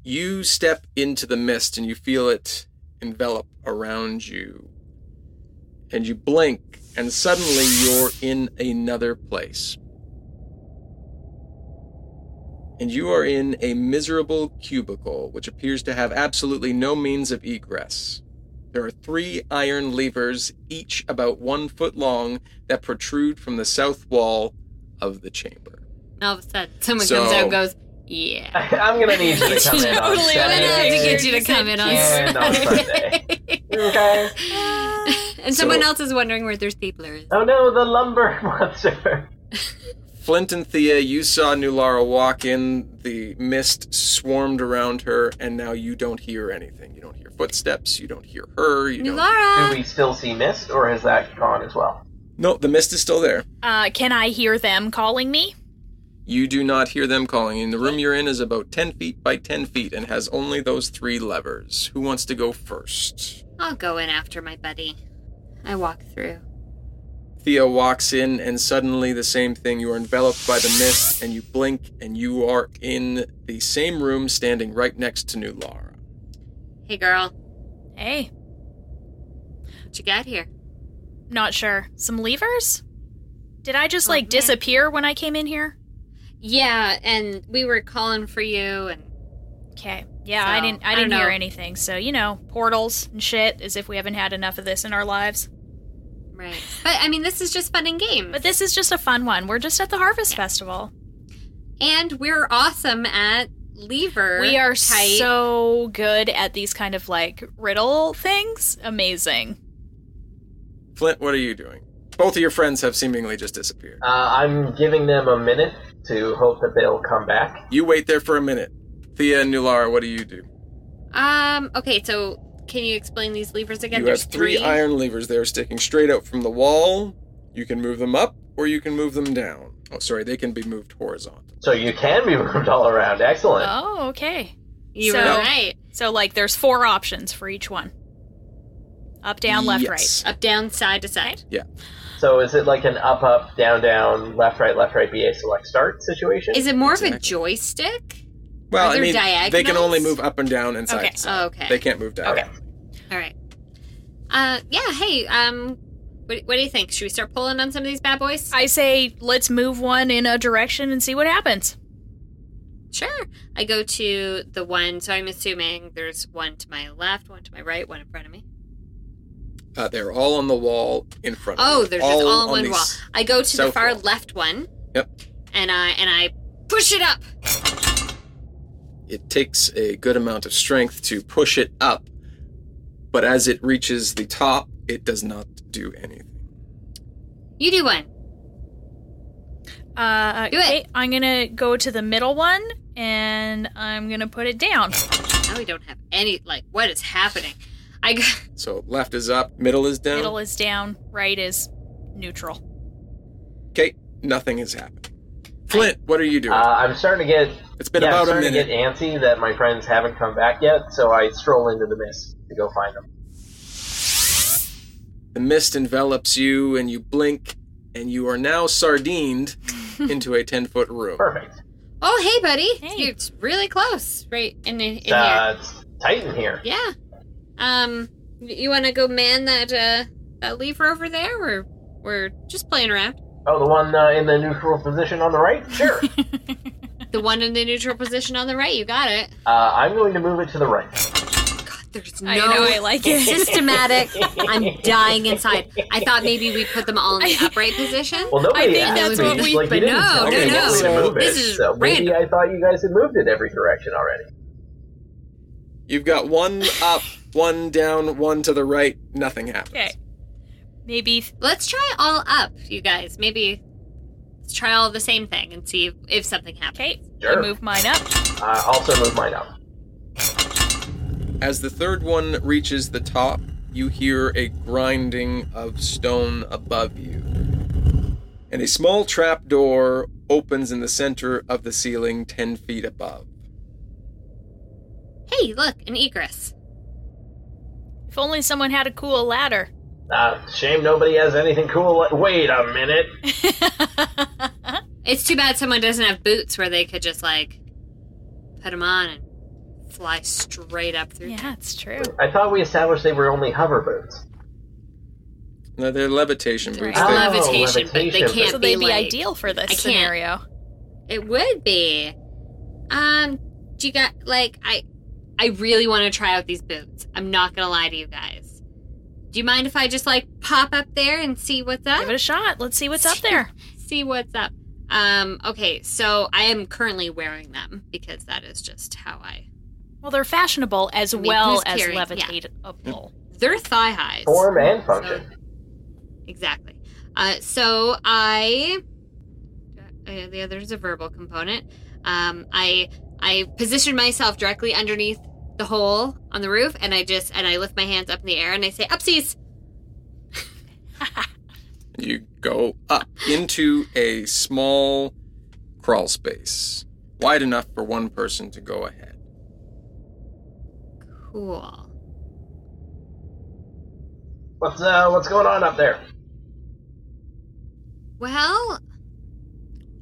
You step into the mist and you feel it envelop around you. and you blink, and suddenly you're in another place. And you are in a miserable cubicle which appears to have absolutely no means of egress. There are three iron levers, each about one foot long, that protrude from the south wall of the chamber. And all of a sudden, someone So- comes out and goes, Yeah. I'm gonna need you to come in on Totally, I'm gonna have to get you to come in on Yeah, no, Sunday. Okay. and someone So- else is wondering where their stapler is. Oh no, the lumber monster. Flint and Thea, you saw Nulara walk in, the mist swarmed around her, and now you don't hear anything. You don't hear footsteps, you don't hear her, you don't Nulara! Do we still see mist, or has that gone as well? No, the mist is still there. Uh, can I hear them calling me? You do not hear them calling. And the room you're in is about 10 feet by 10 feet and has only those three levers. Who wants to go first? I'll go in after my buddy. I walk through. Theo walks in, and suddenly the same thing. You are enveloped by the mist, and you blink, and you are in the same room standing right next to New Lara. Hey, girl. Hey. What you got here? Not sure. Some levers? Did I just like disappear when I came in here? Yeah, and we were calling for you, and Okay. Yeah, I So, didn't I I don't didn't hear know. anything. So, you know, portals and shit as if we haven't had enough of this in our lives. right. But I mean, this is just fun and games. But this is just a fun one. We're just at the Harvest Festival. and we're awesome at lever. We are tight. so good at these kind of like riddle things. Amazing. Flint, what are you doing? Both of your friends have seemingly just disappeared. Uh, I'm giving them a minute to hope that they'll come back. You wait there for a minute. Thea and New Lara, what do you do? Um. Okay. So, can you explain these levers again? you have There's three, three. iron levers there sticking straight out from the wall. You can move them up or you can move them down. Oh, sorry, they can be moved horizontally. So you can be moved all around. Excellent. Oh, okay. You so, were right. So like there's four options for each one. Up, down, left, Yes. right. Up, down, side to side. Yeah. So is it like an up, up, down, down, left, right, left, right, BA select start situation? Is it more of a joystick? Well, Are I there mean, they can diagonals? only move up and down and side Okay. to side. Okay. They can't move down. Okay. All right. Uh. Yeah. Hey. Um. What, what do you think? Should we start pulling on some of these bad boys? I say let's move one in a direction and see what happens. Sure. I go to the one, so I'm assuming there's one to my left, one to my right, one in front of me. Uh, they're all on the wall in front of Oh, you. they're just all on the one wall. s- I go to the south far wall. left one, Yep. and I and I push it up. It takes a good amount of strength to push it up, but as it reaches the top, it does not do anything. You do one. Uh, Do it. okay, I'm gonna go to the middle one and I'm gonna put it down. Now we don't have any. Like, what is happening? I go, So left is up, middle is down. Middle is down, right is neutral. Okay, nothing is happening. Flint, what are you doing? Uh, I'm starting to get. It's been yeah, about a I'm starting minute. to get antsy that my friends haven't come back yet, so I stroll into the mist to go find them. The mist envelops you, and you blink, and you are now sardined into a 10 foot room. Perfect. oh, hey, buddy, Hey. you're t- really close, right in, in, in Uh, it's tight in here. here. Yeah. Um, y- you want to go man that uh that lever over there? We're we're just playing around. Oh, the one uh, in the neutral position on the right? Sure. uh, The one in the neutral position on the right. You got it. Uh, I'm going to move it to the right. There's no I know I like it. systematic. I'm dying inside. I thought maybe we put them all in the upright position. Well, nobody I think asked that's me. what we- like, you but didn't no, tell no, me no. what way to move it, This is so maybe I thought you guys had moved it every direction already. You've got one up, one down, one to the right, nothing happens. Okay. Maybe Let's try all up, you guys. Maybe let's try all the same thing and see if, if something happens. okay. Sure. I move mine up. Uh, also move mine up. As the third one reaches the top, you hear a grinding of stone above you. And a small trap door opens in the center of the ceiling 10 feet above. Hey, look, an egress. If only someone had a cool ladder. Uh, shame nobody has anything cool. Like- Wait a minute. It's too bad someone doesn't have boots where they could just like put them on and fly straight up through. Yeah, it's true. I thought we established they were only hover boots. No, they're levitation boots. Right. They- Oh, Levitation, but they levitation can't So they'd be be like- ideal for this I can't. scenario. It would be. Um, do you got like I? I really want to try out these boots. I'm not gonna lie to you guys. Do you mind if I just like pop up there and see what's up? Give it a shot. Let's see what's up there. see what's up. Um, okay, so I am currently wearing them because that is just how I. Well, they're fashionable as I mean, well who's as carrying- yeah. levitatable. They're thigh highs. Form and So- function. Exactly. Uh, so I, uh, the other is a verbal component. Um, I I position myself directly underneath the hole on the roof, and I just and I lift my hands up in the air and I say upsies. You go up into a small crawl space, wide enough for one person to go ahead. Cool. What's uh, what's going on up there? Well,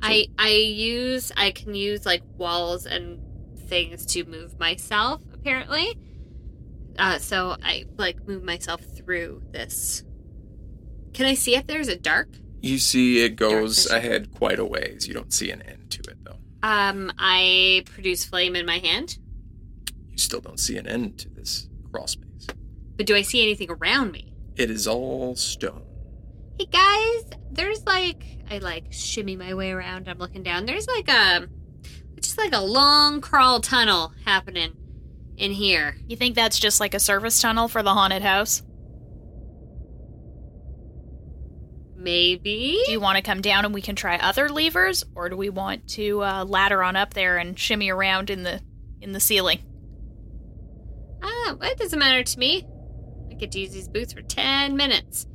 I I use I can use like walls and things to move myself apparently. Uh, so I like move myself through this. Can I see if there's a dark? You see it goes ahead quite a ways. You don't see an end to it, though. Um, I produce flame in my hand, You still don't see an end to this crawl space. but do I see anything around me? It is all stone. Hey guys, there's like I like shimmy my way around. I'm looking down. There's like a just like a long crawl tunnel happening in here. You think that's just like a service tunnel for the haunted house? Maybe. Do you want to come down and we can try other levers, or do we want to uh, ladder on up there and shimmy around in the in the ceiling? Ah, well, it doesn't matter to me. I get to use these boots for ten minutes.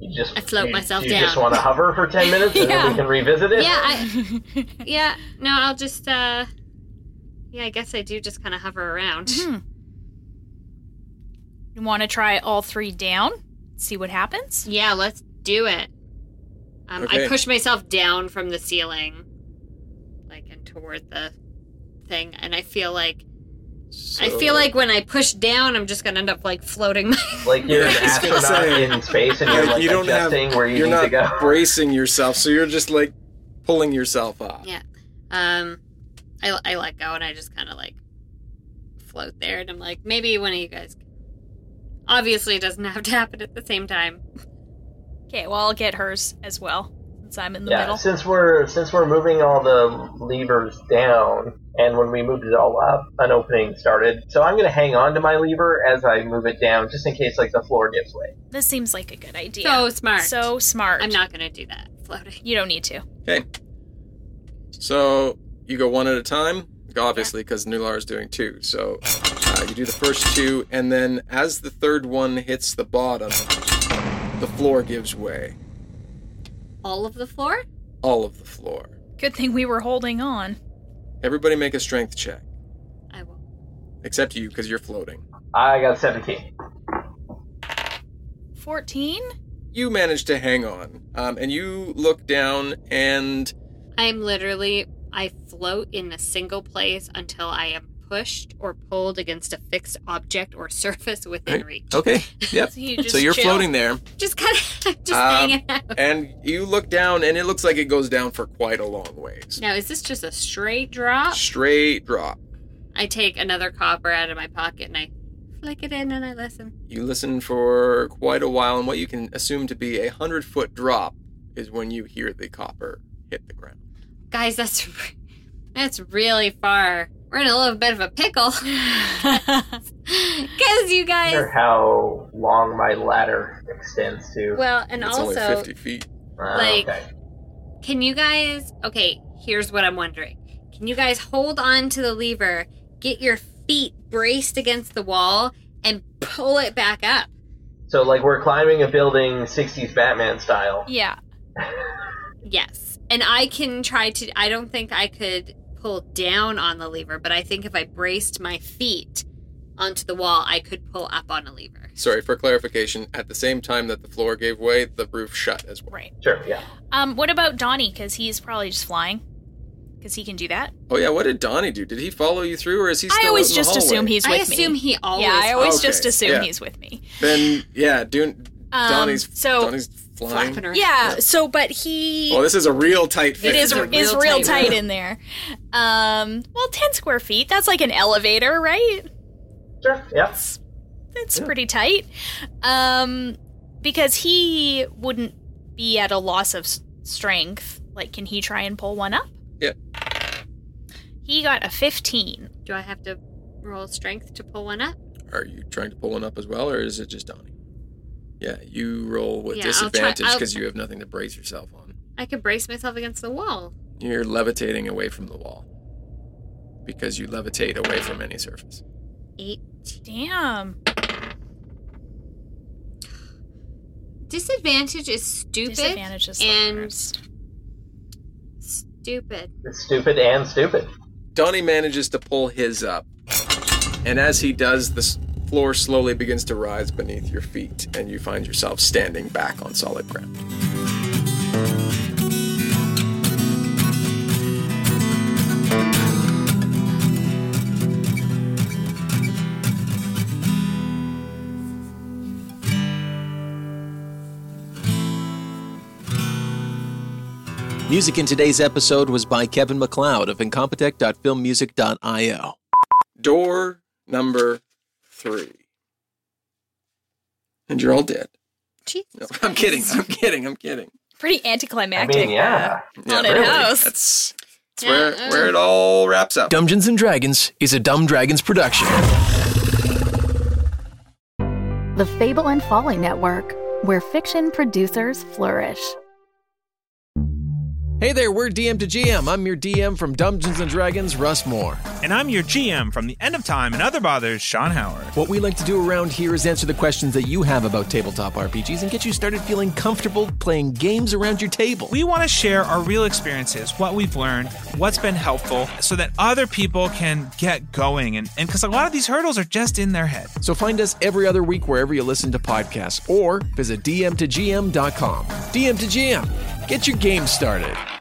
You just I float you- myself you down. just want to hover for ten minutes and then Yeah. we can revisit it. Yeah, I, yeah. No, I'll just. uh Yeah, I guess I do just kind of hover around. You want to try all three down, see what happens. Yeah, let's do it. Um, I Okay. push myself down from the ceiling, like and toward the thing, and I feel like I feel So- like when I push down, I'm just gonna end up like floating. My- Like you're Yeah, I an was gonna astronaut say. in space and you're like you don't have, adjusting where you are need not to go. bracing yourself, so you're just like pulling yourself up. yeah. Um, I I let go and I just kind of like float there, and I'm like, maybe one of you guys. Obviously, it doesn't have to happen at the same time. Okay, well I'll get hers as well since I'm in the yeah, middle. since we're since we're moving all the levers down, and when we moved it all up, an opening started. So I'm gonna hang on to my lever as I move it down, just in case like the floor gives way. This seems like a good idea. So smart. So smart. I'm not gonna do that floating. You don't need to. Okay. So you go one at a time, obviously, because Nular is doing two. So uh, you do the first two, and then as the third one hits the bottom, the floor gives way. All of the floor. All of the floor. Good thing we were holding on. Everybody make a strength check. I will. Except you, because you're floating. I got 17. 14? You manage to hang on, um, and you look down, and I'm literally I float in a single place until I am pushed or pulled against a fixed object or surface within reach. okay, yep. So you just so you're chill. floating there. Just kind of Um, just hanging out. and you look down, and it looks like it goes down for quite a long ways. Now is this just a straight drop? Straight drop. I take another copper out of my pocket and I flick it in and I listen. You listen for quite a while, and what you can assume to be a hundred foot drop is when you hear the copper hit the ground. Guys, that's that's really far. We're in a little bit of a pickle. Cuz you I wonder guys how long my ladder extends to. Ah, Well, and It's only also, 50 feet. like Can you guys? Okay, here's what I'm wondering. Can you guys hold on to the lever, get your feet braced against the wall, and pull it back up? So like we're climbing a building 60s Batman style. Yeah. Yes. And I can try to. I don't think I could pull down on the lever, but I think if I braced my feet onto the wall, I could pull up on a lever. Sorry for clarification. At the same time that the floor gave way, the roof shut as well. Right. Sure. Yeah. Um, what about Donnie? Because he's probably just flying. Because he can do that. Oh yeah. What did Donnie do? Did he follow you through, or is he? Still I always out in the just assume hallway? he's with me. assume he always Yeah, I always Okay, just assume yeah. he's with me. Then yeah, do Um, Donnie's so Donnie's flying. Yeah, So, but he. Oh, this is a real tight fit. It is is real tight in there. Um, well, ten square feet. That's like an elevator, right? Sure. Yep. That's pretty tight. Um, because he wouldn't be at a loss of s- strength. Like, can he try and pull one up? Yeah. He got a fifteen. Do I have to roll strength to pull one up? Are you trying to pull one up as well, or is it just Donnie? Yeah, you roll with Yeah, I'll try- disadvantage I'll- because you have nothing to brace yourself on. I could brace myself against the wall. You're levitating away from the wall because you levitate away from any surface. Eight. Damn. Disadvantage is stupid. Disadvantage is the and stupid. It's stupid and stupid. Donnie manages to pull his up, and as he does, the s- floor slowly begins to rise beneath your feet, and you find yourself standing back on solid ground. Music in today's episode was by Kevin McLeod of incompetech.filmmusic.io. Door number three. And you're all dead. No, I'm kidding. I'm kidding. I'm kidding. Pretty anticlimactic. uh, Yeah, Haunted really. house. That's, that's where, where it all wraps up. Dungeons and Dragons is a Dumb Dragons production. The Fable and Folly Network, where fiction producers flourish. Hey there, we're DM to GM. I'm your DM from Dungeons and Dragons, Russ Moore. And I'm your GM from the End of Time and Other Bothers, Sean Howard. What we like to do around here is answer the questions that you have about tabletop RPGs and get you started feeling comfortable playing games around your table. We want to share our real experiences, what we've learned, what's been helpful, so that other people can get going. And because a lot of these hurdles are just in their head. So find us every other week wherever you listen to podcasts or visit dm2gm.com. DM to GM, get your game started.